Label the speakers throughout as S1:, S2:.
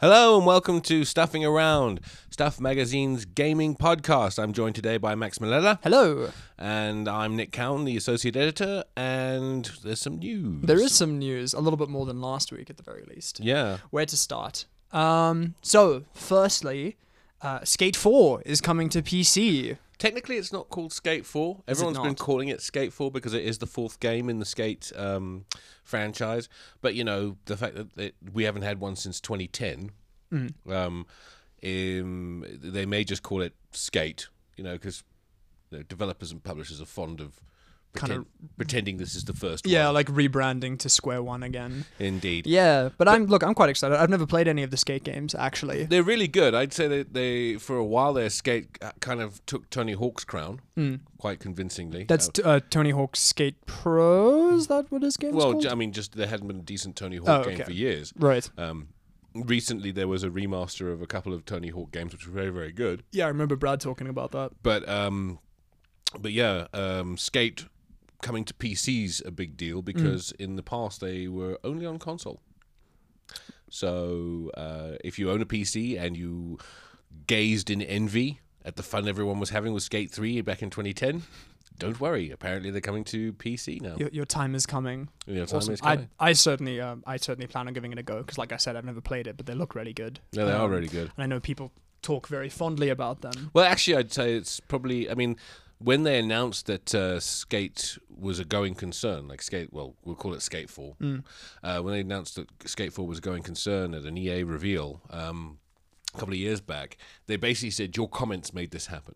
S1: Hello and welcome to Stuffing Around, Stuff Magazine's gaming podcast. I'm joined today by Max Malella
S2: Hello.
S1: and I'm Nick Cowan, the associate editor, and there's some news.
S2: There is some news, a little bit more than last week at the very least.
S1: Yeah.
S2: Where to start? Um, so, firstly, uh, Skate 4 is coming to PC.
S1: Technically, it's not called Skate 4. Everyone's been
S2: not?
S1: calling it Skate 4 because it is the fourth game in the Skate um, franchise. But, you know, the fact that it, we haven't had one since 2010,
S2: Mm.
S1: um, um, they may just call it Skate, you know, because developers and publishers are fond of
S2: Kinda-
S1: pretend- pretending this is the first
S2: Yeah,
S1: one.
S2: like rebranding to Square One again.
S1: Indeed.
S2: Yeah, but, I'm look, I'm quite excited. I've never played any of the Skate games actually.
S1: They're really good. I'd say that they, for a while there, Skate uh, kind of took Tony Hawk's crown quite convincingly.
S2: Mm. That's t- uh, Tony Hawk's Skate Pro. Is that what his game
S1: Well,
S2: called?
S1: j- I mean, just there hadn't been a decent Tony Hawk
S2: Oh,
S1: game
S2: okay.
S1: for years.
S2: right.
S1: Um, recently, there was a remaster of a couple of Tony Hawk games, which were very, very good.
S2: Yeah, I remember Brad talking about that.
S1: But, um, but yeah, um, Skate coming to PC's a big
S2: Mm.
S1: deal because in the past they were only on console. So uh, if you own a PC and you gazed in envy at the fun everyone was having with Skate Three back in 2010. Don't worry. Apparently, they're coming to PC now.
S2: Your, your time is coming.
S1: Your time
S2: Awesome.
S1: is coming.
S2: I I certainly um, I certainly plan on giving it a go because, like I said, I've never played it, but they look really good.
S1: no, they are
S2: Um,
S1: really good.
S2: and I know people talk very fondly about them.
S1: Well, actually, I'd say it's probably. I mean, when they announced that uh, Skate was a going concern, like Skate, well, we'll call it Skate Four.
S2: Hmm.
S1: Uh, when they announced that Skate Four was a going concern at an EA reveal um, a couple of years back, they basically said your comments made this happen.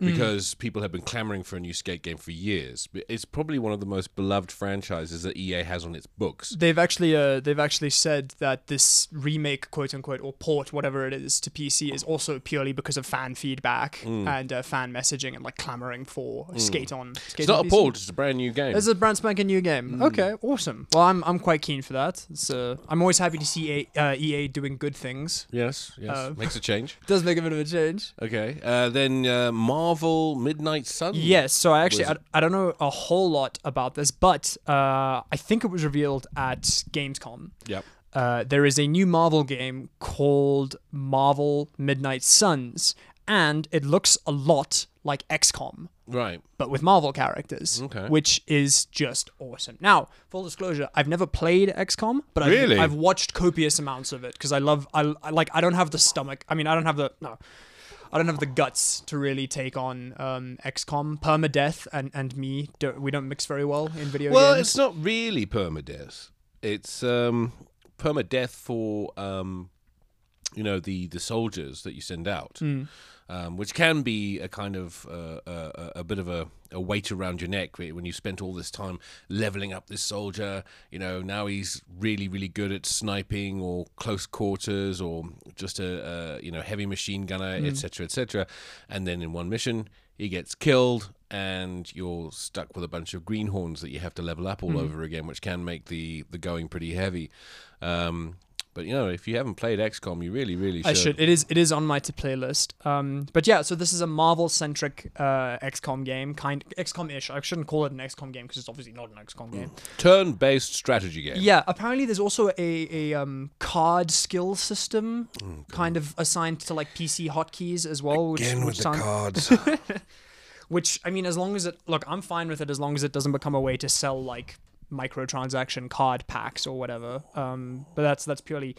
S2: Hmm.
S1: Because people have been clamoring for a new skate game for years. But It's probably one of the most beloved franchises that EA has on its books.
S2: They've actually uh, they've actually said that this remake, quote unquote, or port, whatever it is, to PC is also purely because of fan feedback
S1: Mm.
S2: and uh, fan messaging and like clamoring for Skate on. Skate
S1: It's
S2: on
S1: not a
S2: PC.
S1: port, Mm. it's a brand new game.
S2: It's a brand spanking new game. Okay, awesome. Well, I'm I'm quite keen for that. It's, uh, I'm always happy to see a, uh, EA doing good things. Mm.
S1: yes, yes.
S2: Uh,
S1: Makes a change.
S2: Does make a bit of a change.
S1: Okay. Uh, then uh, Marvel Midnight Sun.
S2: Yes, so I actually
S1: Was
S2: I, I don't know a whole lot about this, but uh, I think it was revealed at Gamescom.
S1: Yep.
S2: Uh, there is a new Marvel game called Marvel Midnight Suns, and it looks a lot like XCOM,
S1: Right.
S2: but with Marvel characters,
S1: Okay.
S2: which is just awesome. Now, full disclosure, I've never played XCOM, but I've,
S1: Really?
S2: I've watched copious amounts of it because I love, I, I like, I don't have the stomach. I mean, I don't have the no. I don't have the guts to really take on um, XCOM. Permadeath and, and me, do, we don't mix very well in video
S1: Well,
S2: games.
S1: it's not really permadeath. It's um, permadeath for um, you know the the soldiers that you send out, um, which can be a kind of uh, a, a bit of a, a weight around your neck when you spent all this time leveling up this soldier. You know now he's really really good at sniping or close quarters or just a, a you know heavy machine gunner, etc., etc. And then in one mission he gets killed and you're stuck with a bunch of greenhorns that you have to level up all over again, which can make the the going pretty heavy. Um, but you know, if you haven't played XCOM, you really, really should.
S2: I should. It is. It is on my to play list. Um, but yeah. So this is a Marvel-centric uh, XCOM game, kind XCOM-ish. I shouldn't call it an XCOM game because it's obviously not an XCOM game.
S1: Mm. Turn-based strategy game.
S2: Yeah. Apparently, there's also a a um, card skill system, kind of assigned to like PC hotkeys as well. Which, which sound-
S1: cards.
S2: which I mean, as long as it look, I'm fine with it as long as it doesn't become a way to sell like microtransaction card packs or whatever. Um, but that's that's purely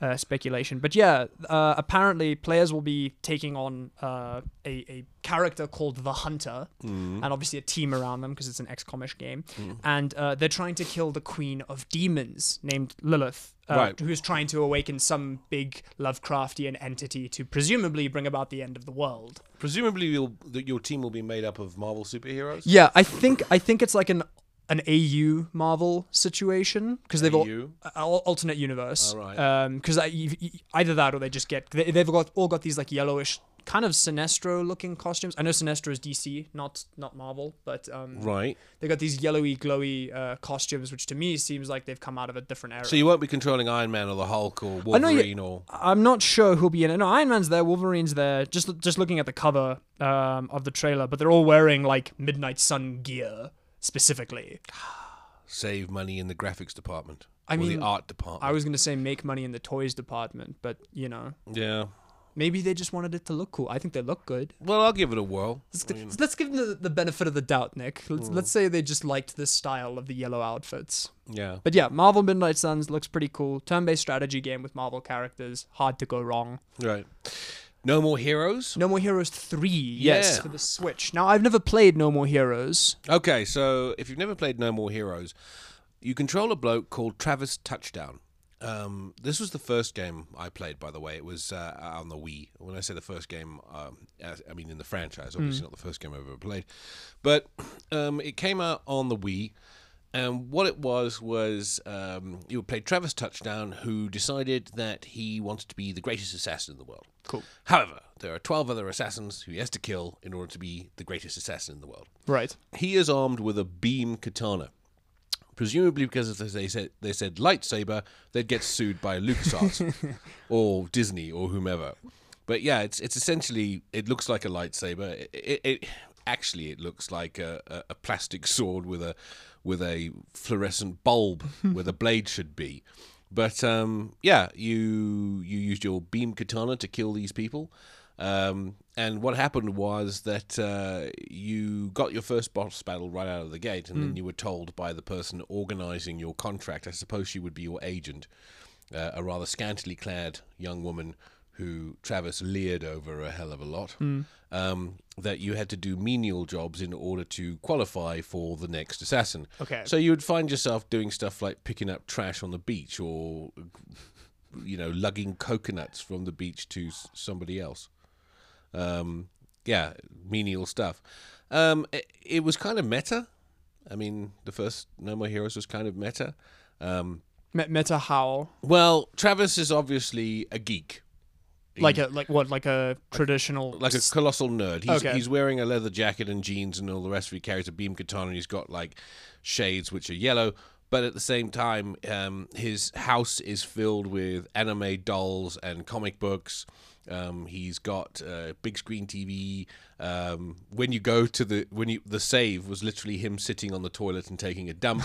S2: uh, speculation. But yeah, uh, apparently players will be taking on uh, a, a character called the Hunter, and obviously a team around them because it's an XCOM-ish game, and uh, they're trying to kill the Queen of Demons named Lilith. Uh,
S1: Right.
S2: Who's trying to awaken some big Lovecraftian entity to presumably bring about the end of the world?
S1: Presumably, you'll, that your team will be made up of Marvel superheroes.
S2: Yeah, I think I think it's like an an AU Marvel situation because they've all
S1: AU?
S2: al- alternate universe. Um,
S1: Oh, right.
S2: Because either that or they just get they, they've got all got these like yellowish kind of Sinestro looking costumes. I know Sinestro is DC, not not Marvel, but um,
S1: Right.
S2: they got these yellowy glowy uh, costumes, which to me seems like they've come out of a different era.
S1: So you won't be controlling Iron Man or the Hulk or
S2: know you-
S1: Wolverine or.
S2: I'm not sure who'll be in it. No, Iron Man's there, Wolverine's there. Just just looking at the cover um, of the trailer, but they're all wearing like Midnight Sun gear specifically.
S1: Save money in the graphics department.
S2: I
S1: or
S2: mean,
S1: the art department.
S2: I was gonna say make money in the toys department, but you know,
S1: yeah.
S2: maybe they just wanted it to look cool. I think they look good.
S1: Well, I'll give it a whirl.
S2: Let's, gi- let's give them the, the benefit of the doubt, Nick. Let's,
S1: Hmm.
S2: let's say they just liked the style of the yellow outfits.
S1: Yeah.
S2: But yeah, Marvel Midnight Suns looks pretty cool. Turn-based strategy game with Marvel characters. Hard to go wrong.
S1: Right. No more heroes.
S2: No More Heroes 3, yes,
S1: Yeah.
S2: for the Switch. Now, I've never played No More Heroes.
S1: Okay, so if you've never played No More Heroes, you control a bloke called Travis Touchdown. Um, this was the first game I played, by the way. It was uh, on the Wii. When I say the first game, um, as- I mean in the franchise. Obviously, not the first game I've ever played, but um, it came out on the Wii. And what it was was um, you would play Travis Touchdown, who decided that he wanted to be the greatest assassin in the world.
S2: Cool.
S1: However, there are twelve other assassins who he has to kill in order to be the greatest assassin in the world.
S2: Right.
S1: He is armed with a beam katana. Presumably because if they said they said lightsaber, they'd get sued by LucasArts or Disney or whomever. But yeah, it's it's essentially it looks like a lightsaber. It, it, it actually it looks like a, a, a plastic sword with a with a fluorescent bulb where the blade should be. But um, yeah, you you used your beam katana to kill these people. Um, and what happened was that uh, you got your first boss battle right out of the gate, and then you were told by the person organizing your contract, I suppose she would be your agent, uh, a rather scantily clad young woman who Travis leered over a hell of a lot, um, that you had to do menial jobs in order to qualify for the next assassin.
S2: Okay.
S1: So you would find yourself doing stuff like picking up trash on the beach or, you know, lugging coconuts from the beach to s- somebody else um, yeah, menial stuff. Um, it, it was kind of meta. I mean, the first No More Heroes was kind of meta. Um,
S2: Me- Meta Howl.
S1: well, Travis is obviously a geek,
S2: Like a, like what, like a traditional.
S1: like a
S2: s-
S1: colossal nerd. He's,
S2: Okay.
S1: he's wearing a leather jacket and jeans and all the rest of it. He carries a beam katana and he's got like shades which are yellow. But at the same time, um, his house is filled with anime dolls and comic books. Um, he's got uh, big screen TV. Um, when you go to the when you the save was literally him sitting on the toilet and taking a dump.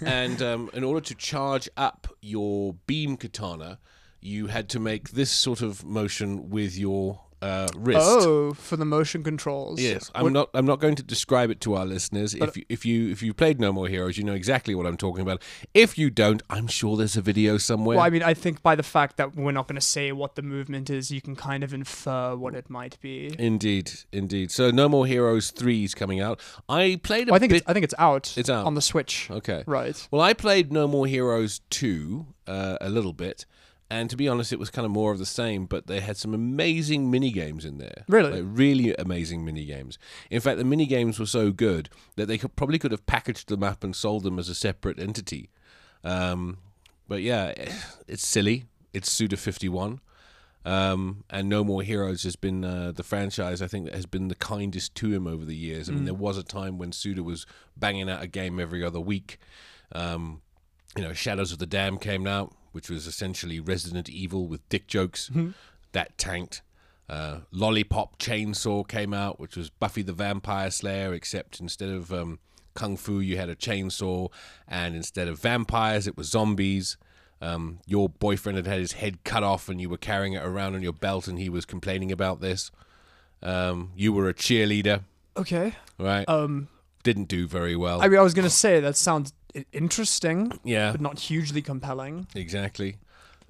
S1: and um, in order to charge up your beam katana, you had to make this sort of motion with your uh, wrist.
S2: Oh, for the motion controls.
S1: Yes, I'm not. I'm not going to describe it to our listeners. If you, if you if you played No More Heroes, you know exactly what I'm talking about. If you don't, I'm sure there's a video somewhere.
S2: Well, I mean, I think by the fact that we're not going to say what the movement is, you can kind of infer what it might be.
S1: indeed, indeed. So No More Heroes three is coming out. I played a
S2: Well, I think
S1: bit.
S2: it's, I think it's out.
S1: It's out.
S2: on the Switch.
S1: okay.
S2: Right.
S1: Well, I played No More Heroes 2 uh, a little bit, and to be honest, it was kind of more of the same, but they had some amazing mini games in there.
S2: Really?
S1: Like, really amazing mini games. In fact, the mini games were so good that they could, probably could have packaged them up and sold them as a separate entity. Um, but yeah, it's silly. It's Suda 51. Um, and No More Heroes has been uh, the franchise I think that has been the kindest to him over the years. I mean, there was a time when Suda was banging out a game every other week. Um, you know, Shadows of the Dam came out, which was essentially Resident Evil with dick jokes.
S2: Mm-hmm.
S1: That tanked. Uh, Lollipop Chainsaw came out, which was Buffy the Vampire Slayer, except instead of um, kung fu, you had a chainsaw, and instead of vampires, it was zombies. Um, your boyfriend had had his head cut off, and you were carrying it around on your belt, and he was complaining about this. Um, you were a cheerleader,
S2: Okay.
S1: right?
S2: Um,
S1: Didn't do very well.
S2: I mean, I was going to say that sounds i- interesting,
S1: yeah,
S2: but not hugely compelling.
S1: Exactly.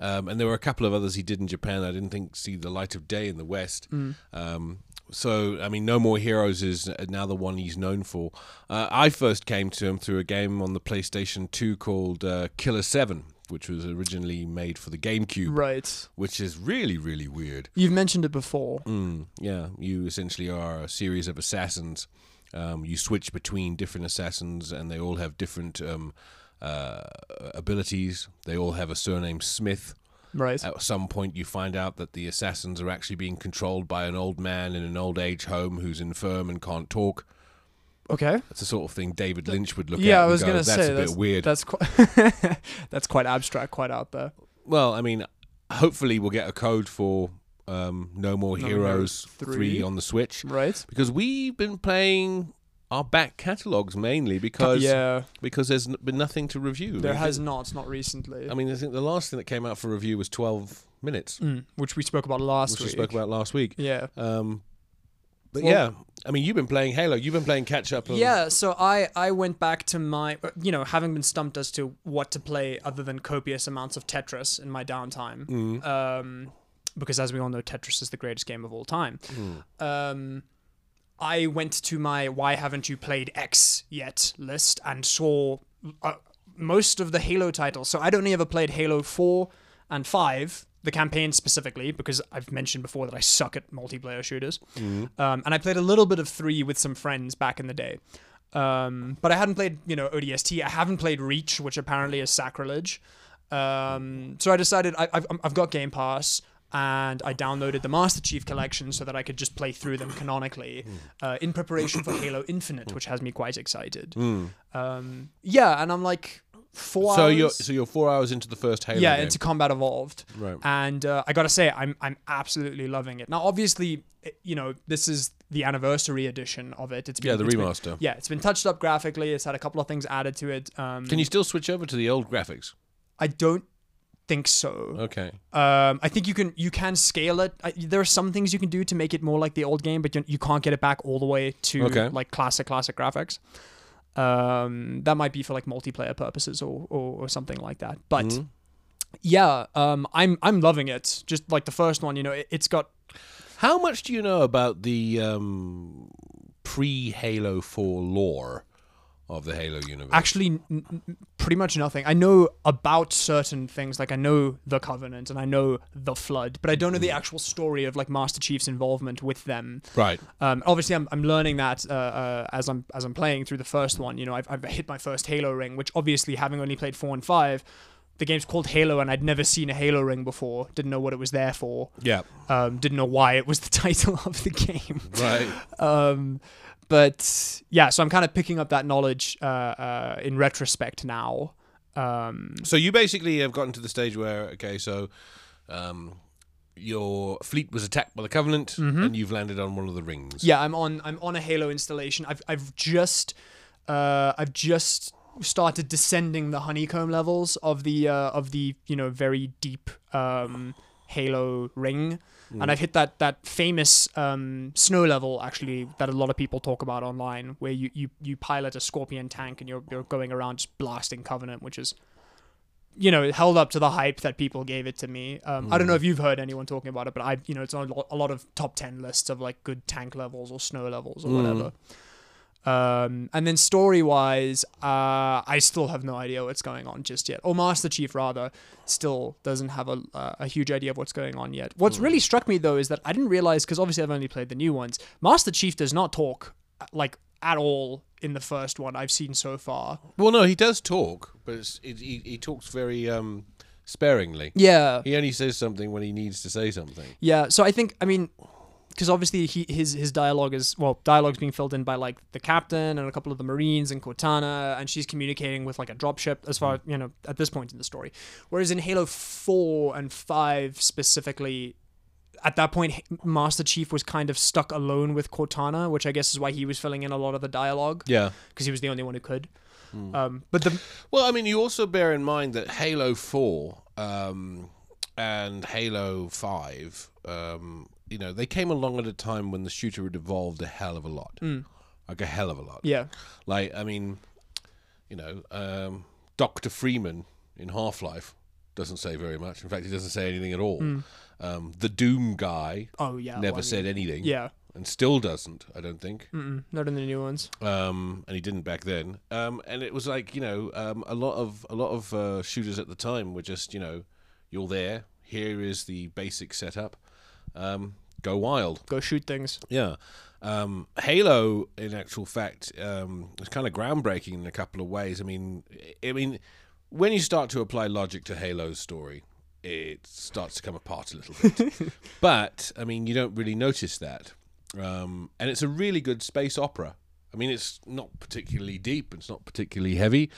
S1: Um, and there were a couple of others he did in Japan that I didn't think see the light of day in the West. Um, so, I mean, No More Heroes is now the one he's known for. Uh, I first came to him through a game on the PlayStation 2 called uh, Killer 7, which was originally made for the GameCube,
S2: Right.
S1: which is really, really weird.
S2: You've mentioned it before.
S1: Mm, yeah, you essentially are a series of assassins. Um, you switch between different assassins, and they all have different um, uh, abilities. They all have a surname Smith.
S2: Right.
S1: At some point, you find out that the assassins are actually being controlled by an old man in an old age home who's infirm and can't talk.
S2: Okay.
S1: That's the sort of thing David Lynch would look at.
S2: Yeah, I
S1: and
S2: was
S1: go,
S2: gonna
S1: that's
S2: say
S1: a
S2: that's
S1: bit weird.
S2: That's quite that's quite abstract, quite out there.
S1: Well, I mean, hopefully we'll get a code for um, No More
S2: No More
S1: Heroes 3
S2: Heroes 3.
S1: on the Switch.
S2: Right.
S1: because we've been playing our back catalogs mainly because
S2: yeah,
S1: because there's n- been nothing to review.
S2: there has not, not recently,
S1: I mean, I think the last thing that came out for review was 12 minutes,
S2: Mm, which we spoke about last
S1: which we
S2: week.
S1: spoke about last week.
S2: Yeah.
S1: Um, but
S2: Well-
S1: yeah, I mean, you've been playing Halo. You've been playing catch up. on-
S2: Yeah, so I I went back to my you know having been stumped as to what to play other than copious amounts of Tetris in my downtime, um, because as we all know, Tetris is the greatest game of all time. Um, I went to my why haven't you played X yet list and saw uh, most of the Halo titles. So I'd only ever played Halo four and five. The campaign specifically, because I've mentioned before that I suck at multiplayer shooters. Um, and I played a little bit of three with some friends back in the day. Um, but I hadn't played, you know, ODST. I haven't played Reach, which apparently is sacrilege. Um, so I decided I, I've, I've got Game Pass. And I downloaded the Master Chief Collection so that I could just play through them canonically
S1: Hmm.
S2: uh, in preparation for Halo Infinite, which has me quite excited. Um, yeah, and I'm like four
S1: Hmm. So
S2: hours.
S1: you're so you're four hours into the first Halo.
S2: yeah,
S1: game.
S2: into Combat Evolved.
S1: Right.
S2: And uh, I gotta say, I'm I'm absolutely loving it. Now, obviously, it- you know this is the anniversary edition of it. It's been,
S1: Yeah, the
S2: it's been-
S1: remaster.
S2: yeah, it's been touched up graphically. It's had a couple of things added to it. Um,
S1: Can you still switch over to the old graphics?
S2: I don't think so.
S1: Okay.
S2: Um, I think you can you can scale it. I, there are some things you can do to make it more like the old game, but you, you can't get it back all the way to
S1: Okay.
S2: like classic classic graphics. Um, that might be for like multiplayer purposes or or, or something like that. But yeah, um, I'm I'm loving it. Just like the first one, you know, it, it's got
S1: How much do you know about the um, pre Halo 4 lore of the Halo universe?
S2: actually n- n- n- pretty much nothing. I know about certain things, like I know the Covenant and I know the Flood, but I don't know the actual story of like Master Chief's involvement with them.
S1: right.
S2: Um, obviously, I'm, I'm learning that uh, uh, as I'm as I'm playing through the first one. You know, I've, I've hit my first Halo ring, which obviously, having only played four and five, the game's called Halo, and I'd never seen a Halo ring before. Didn't know what it was there for.
S1: Yeah.
S2: Um, didn't know why it was the title of the game.
S1: Right.
S2: Um, but yeah, so I'm kind of picking up that knowledge uh, uh, in retrospect now. Um,
S1: So you basically have gotten to the stage where okay, so um, your fleet was attacked by the Covenant,
S2: Mm-hmm.
S1: and you've landed on one of the rings.
S2: yeah, I'm on I'm on a Halo installation. I've I've just uh, I've just started descending the honeycomb levels of the uh, of the you know very deep um, Halo ring, and I've hit that that famous um, snow level actually that a lot of people talk about online, where you you, you pilot a Scorpion tank and you're you're going around just blasting Covenant, which is you know, it held up to the hype that people gave it to me. Um, I don't know if you've heard anyone talking about it, but I, you know, it's on a lot, a lot of top ten lists of like good tank levels or snow levels or whatever. Um, and then story wise, uh, I still have no idea what's going on just yet. Or Master Chief rather, still doesn't have a uh, a huge idea of what's going on yet. What's really struck me though is that I didn't realize because obviously I've only played the new ones. Master Chief does not talk uh, like at all in the first one I've seen so far.
S1: Well, no, he does talk, but it's, it, he, he talks very um, sparingly.
S2: Yeah.
S1: He only says something when he needs to say something.
S2: Yeah, so I think I mean, because obviously he his his dialogue is well dialogue's being filled in by like the captain and a couple of the marines and Cortana, and she's communicating with like a dropship as far you know at this point in the story. Whereas in Halo Four and Five specifically. At that point, H- Master Chief was kind of stuck alone with Cortana, which I guess is why he was filling in a lot of the dialogue
S1: Yeah.
S2: because he was the only one who could. Um, but the
S1: Well, I mean, you also bear in mind that Halo 4 um, and Halo 5, um, you know, they came along at a time when the shooter had evolved a hell of a lot. Like a hell of a lot.
S2: yeah,
S1: Like, I mean, you know, um, Dr. Freeman in Half Life doesn't say very much. In fact, he doesn't say anything at all. Um, the Doom guy
S2: oh yeah,
S1: never
S2: well, I mean,
S1: said anything.
S2: yeah,
S1: And still doesn't, I don't think
S2: Mm-mm, not in the new ones.
S1: um, and he didn't back then. Um, and it was like you know um, a lot of a lot of uh, shooters at the time were just you know you're there. Here is the basic setup. Um, go wild.
S2: Go shoot things.
S1: Yeah. Um, Halo, in actual fact, um, is kind of groundbreaking in a couple of ways. I mean, I mean, when you start to apply logic to Halo's story, it starts to come apart a little bit. but I mean, you don't really notice that. Um, and it's a really good space opera. I mean, it's not particularly deep. It's not particularly heavy.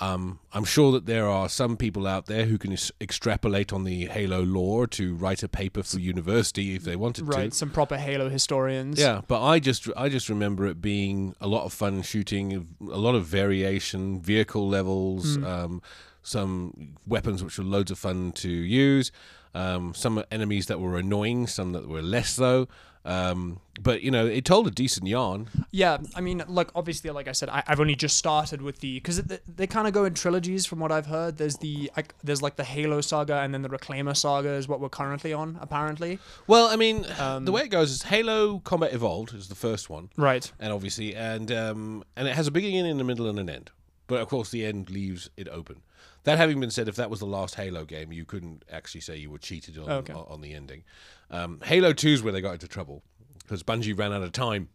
S1: Um, I'm sure that there are some people out there who can es- extrapolate on the Halo lore to write a paper for university if they wanted
S2: Right,
S1: to.
S2: some proper Halo historians.
S1: Yeah, but I just I just remember it being a lot of fun shooting, a lot of variation, vehicle levels, um, some weapons which were loads of fun to use, um, some enemies that were annoying, some that were less so. Um, but you know, it told a decent yarn.
S2: Yeah, I mean, look, obviously, like I said, I, I've only just started with the because they, they kind of go in trilogies, from what I've heard. There's the I, there's like the Halo saga, and then the Reclaimer saga is what we're currently on, apparently.
S1: Well, I mean, the way it goes is Halo Combat Evolved is the first one.
S2: Right.
S1: and obviously, and um, and it has a beginning and a middle and an end. But of course, the end leaves it open. That having been said, if that was the last Halo game, you couldn't actually say you were cheated on
S2: Okay.
S1: on, the ending. Um, Halo Two is where they got into trouble because Bungie ran out of time,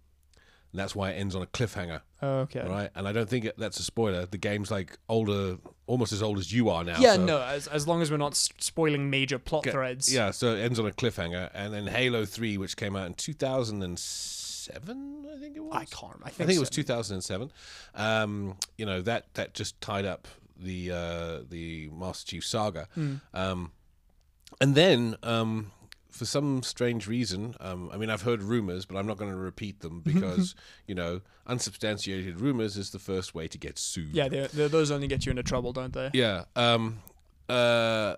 S1: and that's why it ends on a cliffhanger,
S2: Okay.
S1: right? And I don't think it, that's a spoiler. The game's like older, almost as old as you are now.
S2: Yeah,
S1: so-
S2: no, as, as long as we're not s- spoiling major plot threads.
S1: yeah, so it ends on a cliffhanger, and then Halo Three, which came out in two thousand and seven, I think it was.
S2: I can't. I think,
S1: I think it was
S2: so.
S1: 2007. Um, you know that that just tied up the uh, the Master Chief saga,
S2: Hmm.
S1: um, and then um, for some strange reason, um, I mean, I've heard rumors, but I'm not going to repeat them because you know unsubstantiated rumors is the first way to get sued.
S2: Yeah, they they those only get you into trouble, don't they?
S1: yeah. Um, uh,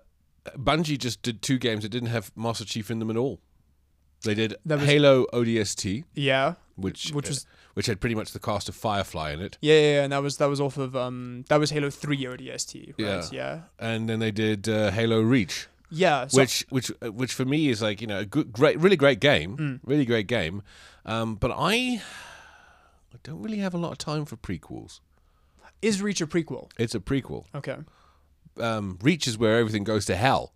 S1: Bungie just did two games that didn't have Master Chief in them at all. They did
S2: That was-
S1: Halo ODST,
S2: Yeah.
S1: which
S2: Which was-
S1: which had pretty much the cast of Firefly in it.
S2: Yeah, yeah, yeah, and that was that was off of um that was Halo Three ODST, right? Yeah, yeah.
S1: and then they did uh, Halo Reach,
S2: so-
S1: which which uh, which for me is like you know a good, great, really great game,
S2: Mm.
S1: really great game. Um, but I, I don't really have a lot of time for prequels.
S2: is Reach a prequel?
S1: It's a prequel.
S2: Okay,
S1: Um, Reach is where everything goes to hell,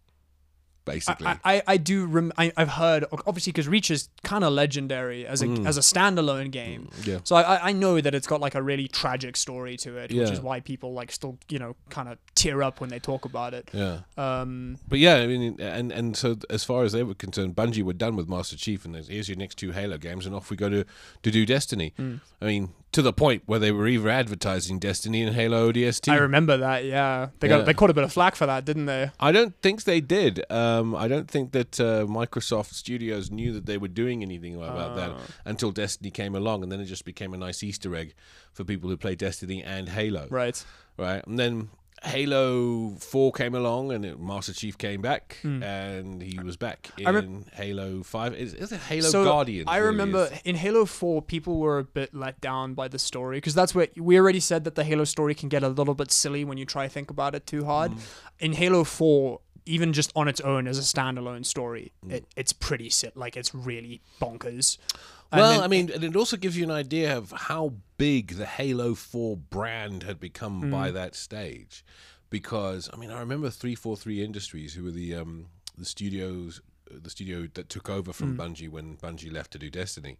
S1: basically.
S2: I, I, I do rem- I, I've heard obviously because Reach is kind of legendary as a
S1: Mm.
S2: as a standalone game.
S1: yeah.
S2: So I, I- I know that it's got like a really tragic story to it, which
S1: Yeah.
S2: is why people like still you know kind of tear up when they talk about it.
S1: yeah,
S2: Um,
S1: but yeah, I mean, and and so as far as they were concerned, Bungie were done with Master Chief, and there's- here's your next two Halo games, and off we go to to do Destiny.
S2: Mm.
S1: I mean, to the point where they were either advertising Destiny and Halo ODST.
S2: I remember that. Yeah, they got
S1: Yeah.
S2: they caught a bit of flack for that, didn't they?
S1: I don't think they did. Um, I don't think that uh, Microsoft Studios knew that they were doing anything about that
S2: Ah.
S1: until Destiny came along, and then it just became a nice Easter egg for people who play Destiny and Halo, right?
S2: Right.
S1: And then Halo Four came along, and it, Master Chief came back, and he was back in
S2: Hmm. I rem-
S1: Halo Five. Is, is it Halo
S2: so
S1: Guardians?
S2: I
S1: really
S2: remember
S1: is?
S2: in Halo 4, people were a bit let down by the story because that's where we already said that the Halo story can get a little bit silly when you try to think about it too hard.
S1: Mm.
S2: In Halo 4, even just on its own as a standalone story,
S1: Mm.
S2: it, it's pretty sit like it's really bonkers. And
S1: Well,
S2: then-
S1: I mean, and it also gives you an idea of how big the Halo 4 brand had become
S2: Mm.
S1: by that stage. Because, I mean, I remember 343 Industries, who were the, um, the studios, the studio that took over from
S2: Mm.
S1: Bungie when Bungie left to do Destiny.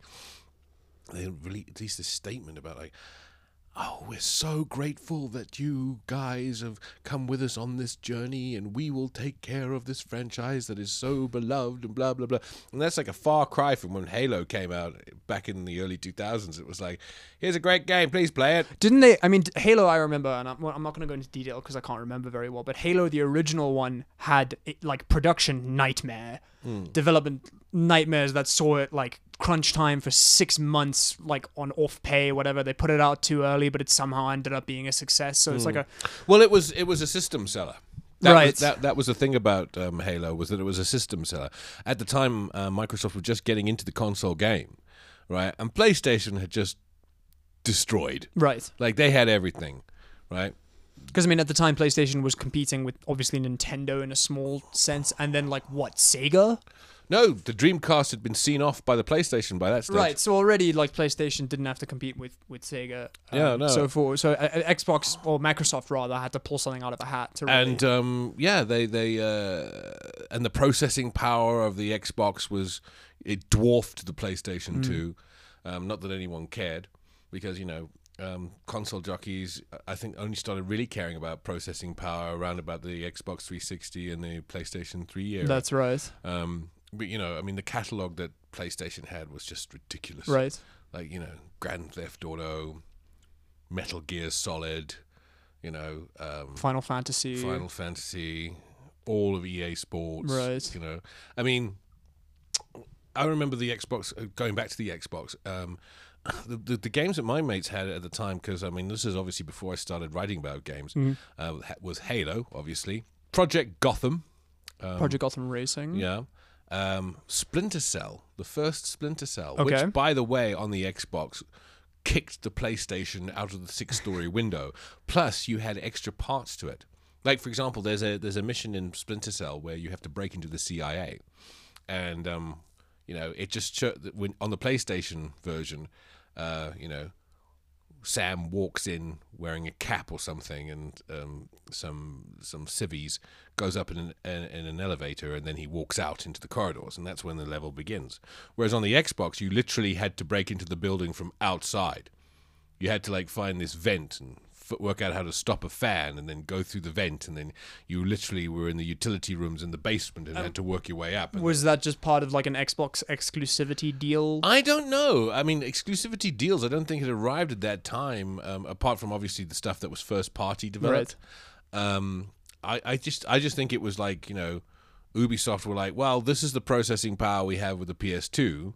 S1: They rele- released this statement about, like, Oh, we're so grateful that you guys have come with us on this journey and we will take care of this franchise that is so beloved and blah, blah, blah. And that's like a far cry from when Halo came out back in the early 2000s. It was like, here's a great game, please play it.
S2: Didn't they? I mean, d- Halo, I remember, and I'm, well, I'm not going to go into detail because I can't remember very well, but Halo, the original one, had it, like production nightmare, development nightmares that saw it like crunch time for six months, like on off pay, whatever. They put it out too early, but it somehow ended up being a success. So it's like a.
S1: Well, it was it was a system seller. That
S2: Right.
S1: Was, that, that was the thing about um, Halo was that it was a system seller. At the time, uh, Microsoft were just getting into the console game, right? And PlayStation had just destroyed.
S2: Right.
S1: Like, they had everything, right?
S2: Because, I mean, at the time, PlayStation was competing with obviously Nintendo in a small sense, and then, like, what, Sega?
S1: No, the Dreamcast had been seen off by the PlayStation by that stage.
S2: Right, so already like PlayStation didn't have to compete with with Sega. um,
S1: Yeah, no.
S2: So for so uh, uh, Xbox or Microsoft rather had to pull something out of a hat to really.
S1: And um, yeah, they they uh, and the processing power of the Xbox was it dwarfed the PlayStation Two. Um, not that anyone cared, because you know um, console jockeys I think only started really caring about processing power around about the Xbox 360 and the PlayStation Three era.
S2: that's right,
S1: um, but you know, I mean, the catalog that PlayStation had was just ridiculous.
S2: right.
S1: like you know Grand Theft Auto, Metal Gear Solid, you know, um,
S2: Final Fantasy.
S1: Final Fantasy, all of EA Sports.
S2: Right.
S1: You know, I mean, I remember the Xbox. uh, Going back to the Xbox, um, the, the the games that my mates had at the time, because I mean, this is obviously before I started writing about games. Uh, ha- was Halo, obviously, Project Gotham.
S2: Project Gotham Racing.
S1: um, Yeah. Um, Splinter Cell, the first Splinter Cell,
S2: Okay.
S1: which, by the way, on the Xbox, kicked the PlayStation out of the six-story window. Plus, you had extra parts to it. Like, for example, there's a there's a mission in Splinter Cell where you have to break into the CIA, and um, you know it just cho- that when on the PlayStation version, uh, you know. Sam walks in wearing a cap or something, and um, some some civvies goes up in an, in, in an elevator, and then he walks out into the corridors, and that's when the level begins. Whereas on the Xbox, you literally had to break into the building from outside. You had to like find this vent and f- work out how to stop a fan, and then go through the vent, and then you literally were in the utility rooms in the basement and had to work your way up. And
S2: Was that just part of like an Xbox exclusivity deal?
S1: I don't know. I mean, exclusivity deals. I don't think had arrived at that time, um, apart from obviously the stuff that was first party developed. Um, I, I just, I just think it was like you know, Ubisoft were like, well, this is the processing power we have with the PS2,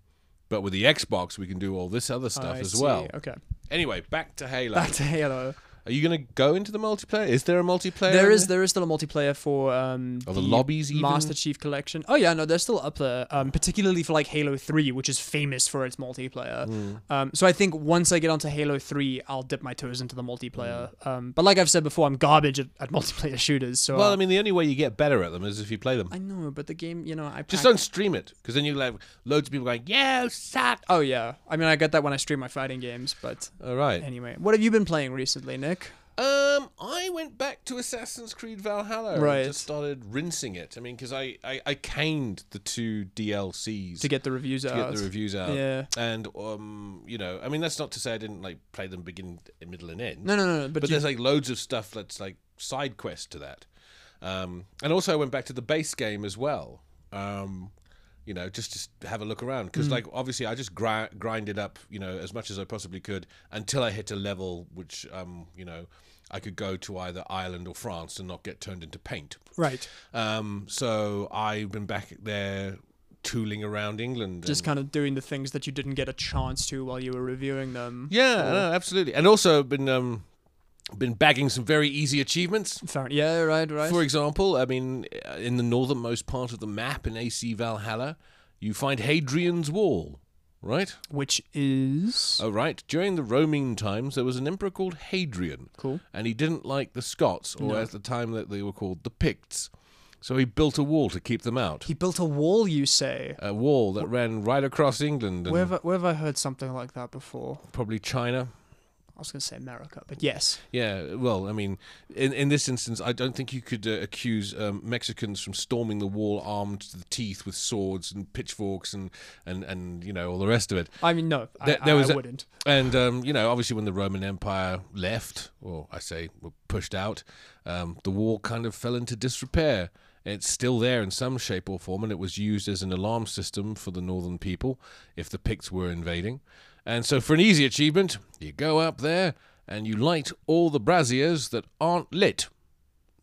S1: but with the Xbox we can do all this other stuff
S2: I
S1: as
S2: see.
S1: well.
S2: Okay.
S1: Anyway, back to Halo.
S2: Back to Halo.
S1: Are you going to go into the multiplayer? Is there a multiplayer?
S2: There is there is still a multiplayer for um
S1: Are Oh, the lobbies even?
S2: Master Chief Collection. Oh yeah, no, they're still up there. Um, particularly for like Halo Three, which is famous for its multiplayer.
S1: Hmm.
S2: Um, so I think once I get onto Halo Three, I'll dip my toes into the multiplayer.
S1: Hmm.
S2: Um, but like I've said before, I'm garbage at, at multiplayer shooters. So
S1: Well,
S2: uh,
S1: I mean, the only way you get better at them is if you play them.
S2: I know, but the game, you know, I
S1: Just
S2: prac-
S1: don't stream it, because then you like loads of people going, "Yeah, suck."
S2: Oh yeah, I mean I get that when I stream my fighting games. But
S1: All right.
S2: anyway, what have you been playing recently, Nick?
S1: Um, I went back to Assassin's Creed Valhalla.
S2: Right.
S1: And just started rinsing it. I mean, because I, I I caned the two DLCs
S2: To get the reviews
S1: to
S2: out.
S1: get the reviews out.
S2: Yeah.
S1: And um, you know, I mean, that's not to say I didn't like play them beginning, middle, and end.
S2: no, no, no, no.
S1: But
S2: But, you,
S1: there's like loads of stuff that's like side quest to that. Um, and also I went back to the base game as well. Um, you know, just just have a look around
S2: Hmm.
S1: because like obviously I just gri- grinded up you know as much as I possibly could until I hit a level which um, you know I could go to either Ireland or France and not get turned into paint.
S2: right,
S1: Um, so I've been back there tooling around England.
S2: just
S1: and-
S2: kind of doing the things that you didn't get a chance to while you were reviewing them.
S1: yeah, no, absolutely, and also been um, been bagging some very easy achievements.
S2: Fair- yeah, right, right.
S1: For example, I mean, uh, in the northernmost part of the map in AC Valhalla, you find Hadrian's Wall, right?
S2: Which is
S1: Oh, right. During the Roman times, there was an emperor called Hadrian,
S2: cool.
S1: and he didn't like the Scots, or at the time that they were called the Picts. So he built a wall to keep them out.
S2: He built a wall, you say.
S1: A wall that ran right across England and
S2: Where have, I, where have I heard something like that before?
S1: probably China.
S2: I was going to say America, but yes.
S1: Yeah, well, I mean, in, in this instance, I don't think you could uh, accuse um, Mexicans from storming the wall armed to the teeth with swords and pitchforks and, and, and you know, all the rest of it.
S2: I mean, no, I-
S1: There-
S2: I,
S1: there
S2: I
S1: was a-
S2: wouldn't.
S1: And, um, you know, obviously when the Roman Empire left, or I say were pushed out, um, the wall kind of fell into disrepair. It's still there in some shape or form, and it was used as an alarm system for the northern people if the Picts were invading. And so, for an easy achievement, you go up there and you light all the braziers that aren't lit.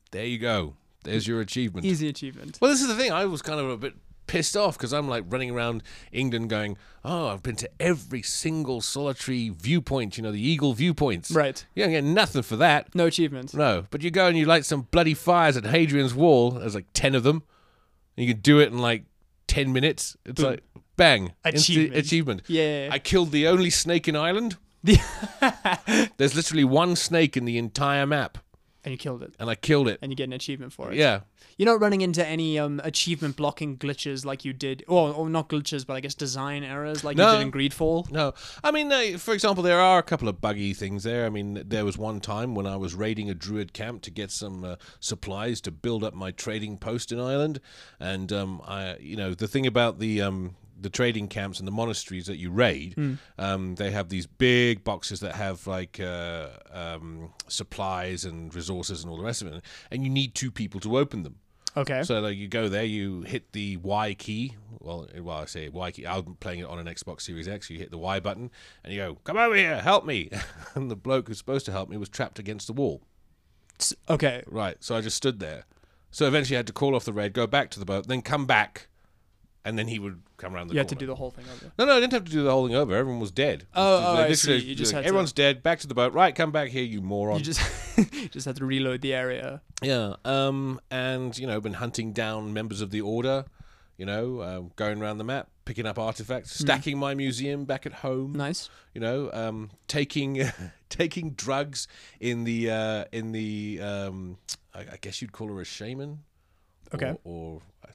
S1: There you go. There's your achievement.
S2: Easy achievement.
S1: Well, this is the thing. I was kind of a bit pissed off because I'm like running around England going, oh, I've been to every single solitary viewpoint, you know, the eagle viewpoints.
S2: Right.
S1: You don't get nothing for that.
S2: No achievement.
S1: No. But you go and you light some bloody fires at Hadrian's Wall. There's like 10 of them. And you can do it in like 10 minutes. It's
S2: Boom.
S1: like, bang. instant
S2: Achievement.
S1: achievement.
S2: Yeah.
S1: I killed the only snake in Ireland. There's literally one snake in the entire map,
S2: and you killed it.
S1: and I killed it.
S2: And you get an achievement for it.
S1: Yeah.
S2: You're not running into any um, achievement blocking glitches like you did, or, or not glitches, but I guess design errors like
S1: No.
S2: you did in Greedfall.
S1: No, I mean, they, for example, there are a couple of buggy things there. I mean, there was one time when I was raiding a druid camp to get some uh, supplies to build up my trading post in Ireland, and um, I, you know, the thing about the um, the trading camps and the monasteries that you raid, um, they have these big boxes that have like uh, um, supplies and resources and all the rest of it, and you need two people to open them.
S2: Okay.
S1: So like you go there, you hit the Y key. Well, well, I say Y key. I'm playing it on an Xbox Series X. You hit the Y button, and you go, "Come over here, help me!" and the bloke who's supposed to help me was trapped against the wall.
S2: S- Okay.
S1: Right. So I just stood there. So eventually I had to call off the raid, go back to the boat, then come back, and then he would come around the
S2: You
S1: corner.
S2: had to do the whole thing over.
S1: No, no, I didn't have to do the whole thing over. Everyone was dead.
S2: Oh,
S1: They
S2: oh, I
S1: literally
S2: see. You just had to-
S1: everyone's dead. Back to the boat. Right, come back here, you moron.
S2: You just just had to reload the area.
S1: Yeah. Um. And you know, been hunting down members of the order. You know, um, going around the map, picking up artifacts,
S2: Hmm.
S1: stacking my museum back at home.
S2: Nice.
S1: You know, um, taking taking drugs in the uh, in the um, I, I guess you'd call her a shaman.
S2: Okay.
S1: Or, or uh,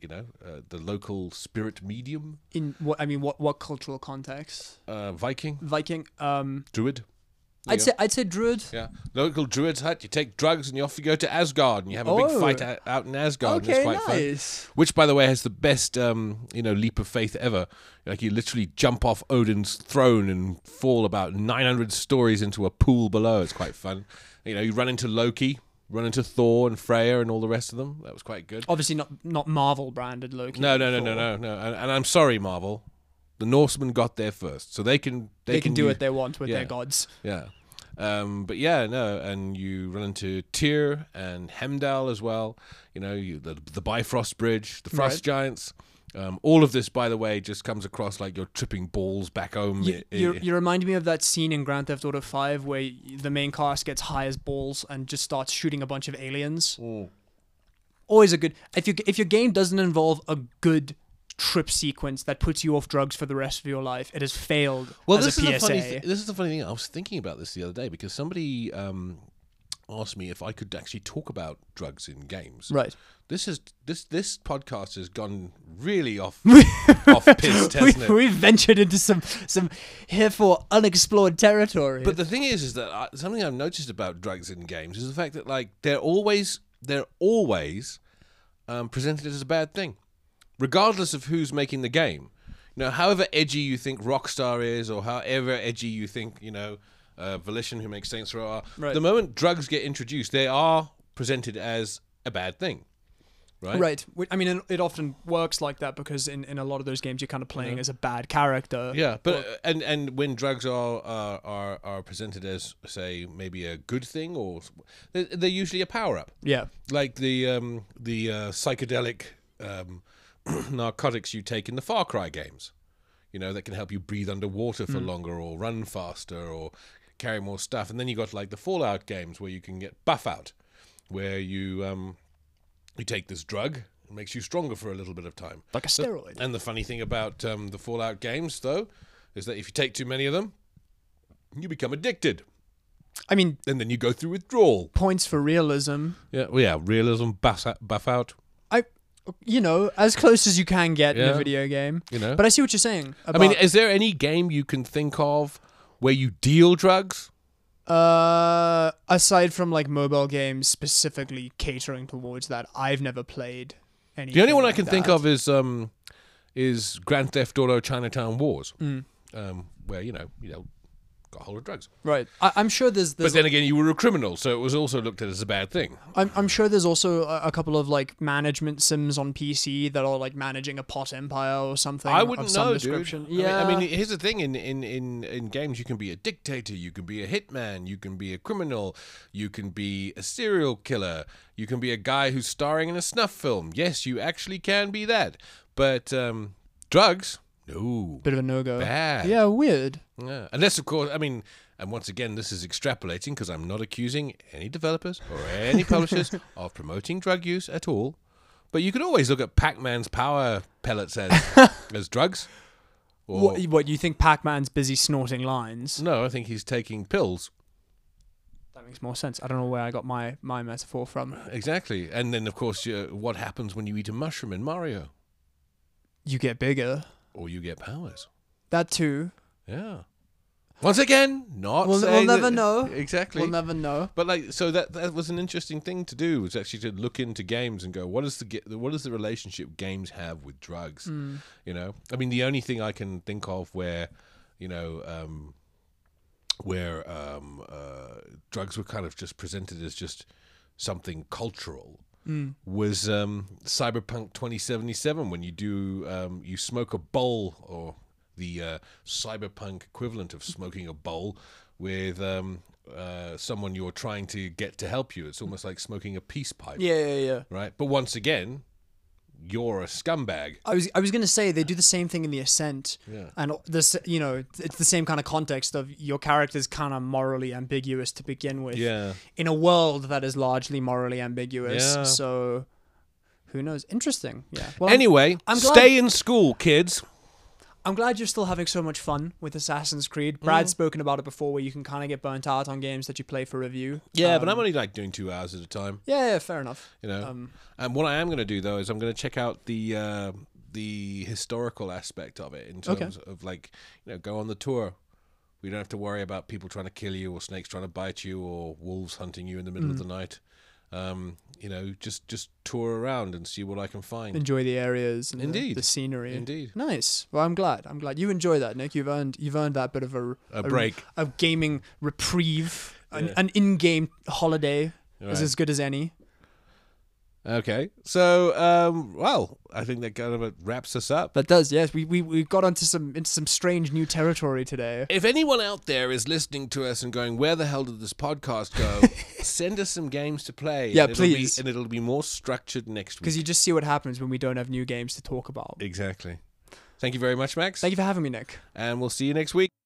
S1: you know, uh, the local spirit medium,
S2: In what I mean, what what cultural context?
S1: uh, Viking,
S2: Viking. Um,
S1: druid.
S2: I'd
S1: Yeah.
S2: say I'd say druid.
S1: Yeah, local druid's hut. You take drugs and you off you go to Asgard and you have a big
S2: Oh.
S1: fight out, out in Asgard. and it's
S2: Okay,
S1: quite fun.
S2: nice.
S1: Which, by the way, has the best um, you know leap of faith ever. Like you literally jump off Odin's throne and fall about 900 stories into a pool below. It's quite fun. You know, you run into Loki, run into Thor and Freya and all the rest of them. That was quite good.
S2: Obviously not not Marvel branded Loki.
S1: No, no, no,
S2: Oh, Thor.
S1: no, no, no. And, and I'm sorry, Marvel. The Norsemen got there first, so they can
S2: They, can, do
S1: use-
S2: what they want with
S1: yeah.
S2: their gods.
S1: Yeah. Um, but yeah, no, and you run into Tyr and Hemdal as well. You know, you, the the Bifrost Bridge, the Frost
S2: Right.
S1: Giants. Um, all of this, by the way, just comes across like you're tripping balls back home.
S2: You,
S1: I-
S2: you,
S1: I-
S2: you remind me of that scene in Grand Theft Auto 5 where y- the main cast gets high as balls and just starts shooting a bunch of aliens. Always a good if you if your game doesn't involve a good trip sequence that puts you off drugs for the rest of your life, it has failed
S1: Well,
S2: as
S1: this
S2: a
S1: is
S2: PSA.
S1: the funny. Th- this is the funny thing. I was thinking about this the other day because somebody um, asked me if I could actually talk about drugs in games.
S2: right.
S1: This is this this podcast has gone really off off piste,
S2: We,
S1: hasn't it?
S2: we ventured into some some herefore unexplored territory.
S1: But the thing is, is that I, something I've noticed about drugs in games is the fact that like they're always they're always um, presented as a bad thing, regardless of who's making the game. You know, however edgy you think Rockstar is, or however edgy you think you know uh, Volition, who makes Saints Row, are.
S2: Right.
S1: The moment drugs get introduced, they are presented as a bad thing, right?
S2: Right. Wh- I mean, it- it often works like that because in, in a lot of those games, you're kind of playing as a bad character.
S1: Yeah, but uh, and and when drugs are are are, are presented as say maybe a good thing, or s- they're, they're usually a power up.
S2: Yeah.
S1: like the um, the uh, psychedelic um, narcotics you take in the Far Cry games. You know that can help you breathe underwater for longer, or run faster, or carry more stuff. And then you got like the Fallout games where you can get buff out, where you um, you take this drug. It makes you stronger for a little bit of time.
S2: Like a steroid.
S1: And the funny thing about um, the Fallout games, though, is that if you take too many of them, you become addicted,
S2: I mean,
S1: and then you go through withdrawal.
S2: points for realism.
S1: Yeah, well, yeah, realism buff out, buff out.
S2: I, you know, as close as you can get in
S1: Yeah.
S2: a video game.
S1: You know,
S2: But I see what you're saying.
S1: I
S2: About,
S1: mean, is there any game you can think of where you deal drugs?
S2: uh, aside from like mobile games specifically catering towards that, I've never played any.
S1: The only one I can think of is um, is Grand Theft Auto Chinatown Wars, um, where you know you know got a hold of drugs.
S2: Right. I, I'm sure there's.
S1: But
S2: there's
S1: then again, you were a criminal, so it was also looked at as a bad thing.
S2: I'm, I'm sure there's also a, a couple of like management sims on PC that are like managing a pot empire or something.
S1: I
S2: of
S1: wouldn't
S2: some
S1: know,
S2: description.
S1: dude.
S2: Yeah.
S1: I mean, I mean, here's the thing: in, in in in games, you can be a dictator, you can be a hitman, you can be a criminal, you can be a serial killer, you can be a guy who's starring in a snuff film. Yes, you actually can be that. But um, drugs, no,
S2: bit of a no go.
S1: bad.
S2: Yeah. Weird.
S1: Yeah. Unless, of course, I mean, and once again, this is extrapolating because I'm not accusing any developers or any publishers of promoting drug use at all. But you could always look at Pac Man's power pellets as, as drugs. Or,
S2: What, what you think? Pac-Man's busy snorting lines.
S1: no, I think he's taking pills.
S2: That makes more sense. I don't know where I got my my metaphor from.
S1: Exactly. And then, of course, you, what happens when you eat a mushroom in Mario?
S2: You get bigger.
S1: Or you get powers.
S2: That too.
S1: Yeah. Once again, not.
S2: We'll- we'll
S1: saying
S2: never
S1: that-
S2: know.
S1: Exactly.
S2: We'll never know.
S1: But like, so that that was an interesting thing to do was actually to look into games and go, what is the ge- what is the relationship games have with drugs? You know, I mean, the only thing I can think of where, you know, um, where um, uh, drugs were kind of just presented as just something cultural was um, Cyberpunk 2077 when you do um, you smoke a bowl or the uh, cyberpunk equivalent of smoking a bowl with um, uh, someone you're trying to get to help you. It's almost like smoking a peace pipe,
S2: Yeah, yeah, yeah.
S1: right? But once again, you're a scumbag.
S2: I was I was gonna say they do the same thing in the Ascent,
S1: Yeah.
S2: and this you know it's the same kind of context of your character's kind of morally ambiguous to begin with,
S1: Yeah.
S2: in a world that is largely morally ambiguous.
S1: Yeah.
S2: So, who knows? Interesting. Yeah. Well, I'm-
S1: Anyway,
S2: I'm glad-
S1: stay in school, kids.
S2: I'm glad you're still having so much fun with Assassin's Creed.
S1: Mm.
S2: Brad's spoken about it before, where you can kind of get burnt out on games that you play for review.
S1: Yeah, but
S2: Um,
S1: I'm only like doing two hours at a time.
S2: yeah, yeah, fair enough.
S1: you know.
S2: Um,
S1: and what I am going to do though is I'm going to check out the uh, the historical aspect of it in
S2: Okay.
S1: terms of like you know go on the tour. We don't have to worry about people trying to kill you or snakes trying to bite you or wolves hunting you in the middle of the night. Um, you know, just just tour around and see what I can find.
S2: Enjoy the areas and the-
S1: Mm. Indeed.
S2: the, scenery.
S1: Indeed.
S2: Nice. Well, I'm glad. I'm glad you enjoy that, Nick. You've earned you've earned that bit of a
S1: A break.
S2: a, gaming reprieve, an,
S1: Yeah.
S2: an in-game holiday is
S1: Right.
S2: as good as any.
S1: Okay, so um, well, I think that kind of wraps us up.
S2: That does. Yes, we, we we got onto some into some strange new territory today.
S1: If anyone out there is listening to us and going, "Where the hell did this podcast go?" send us some games to play.
S2: Yeah,
S1: and it'll be-
S2: please.
S1: and it'll be more structured next week.
S2: Because you just see what happens when we don't have new games to talk about.
S1: Exactly. Thank you very much, Max.
S2: Thank you for having me, Nick.
S1: And we'll see you next week.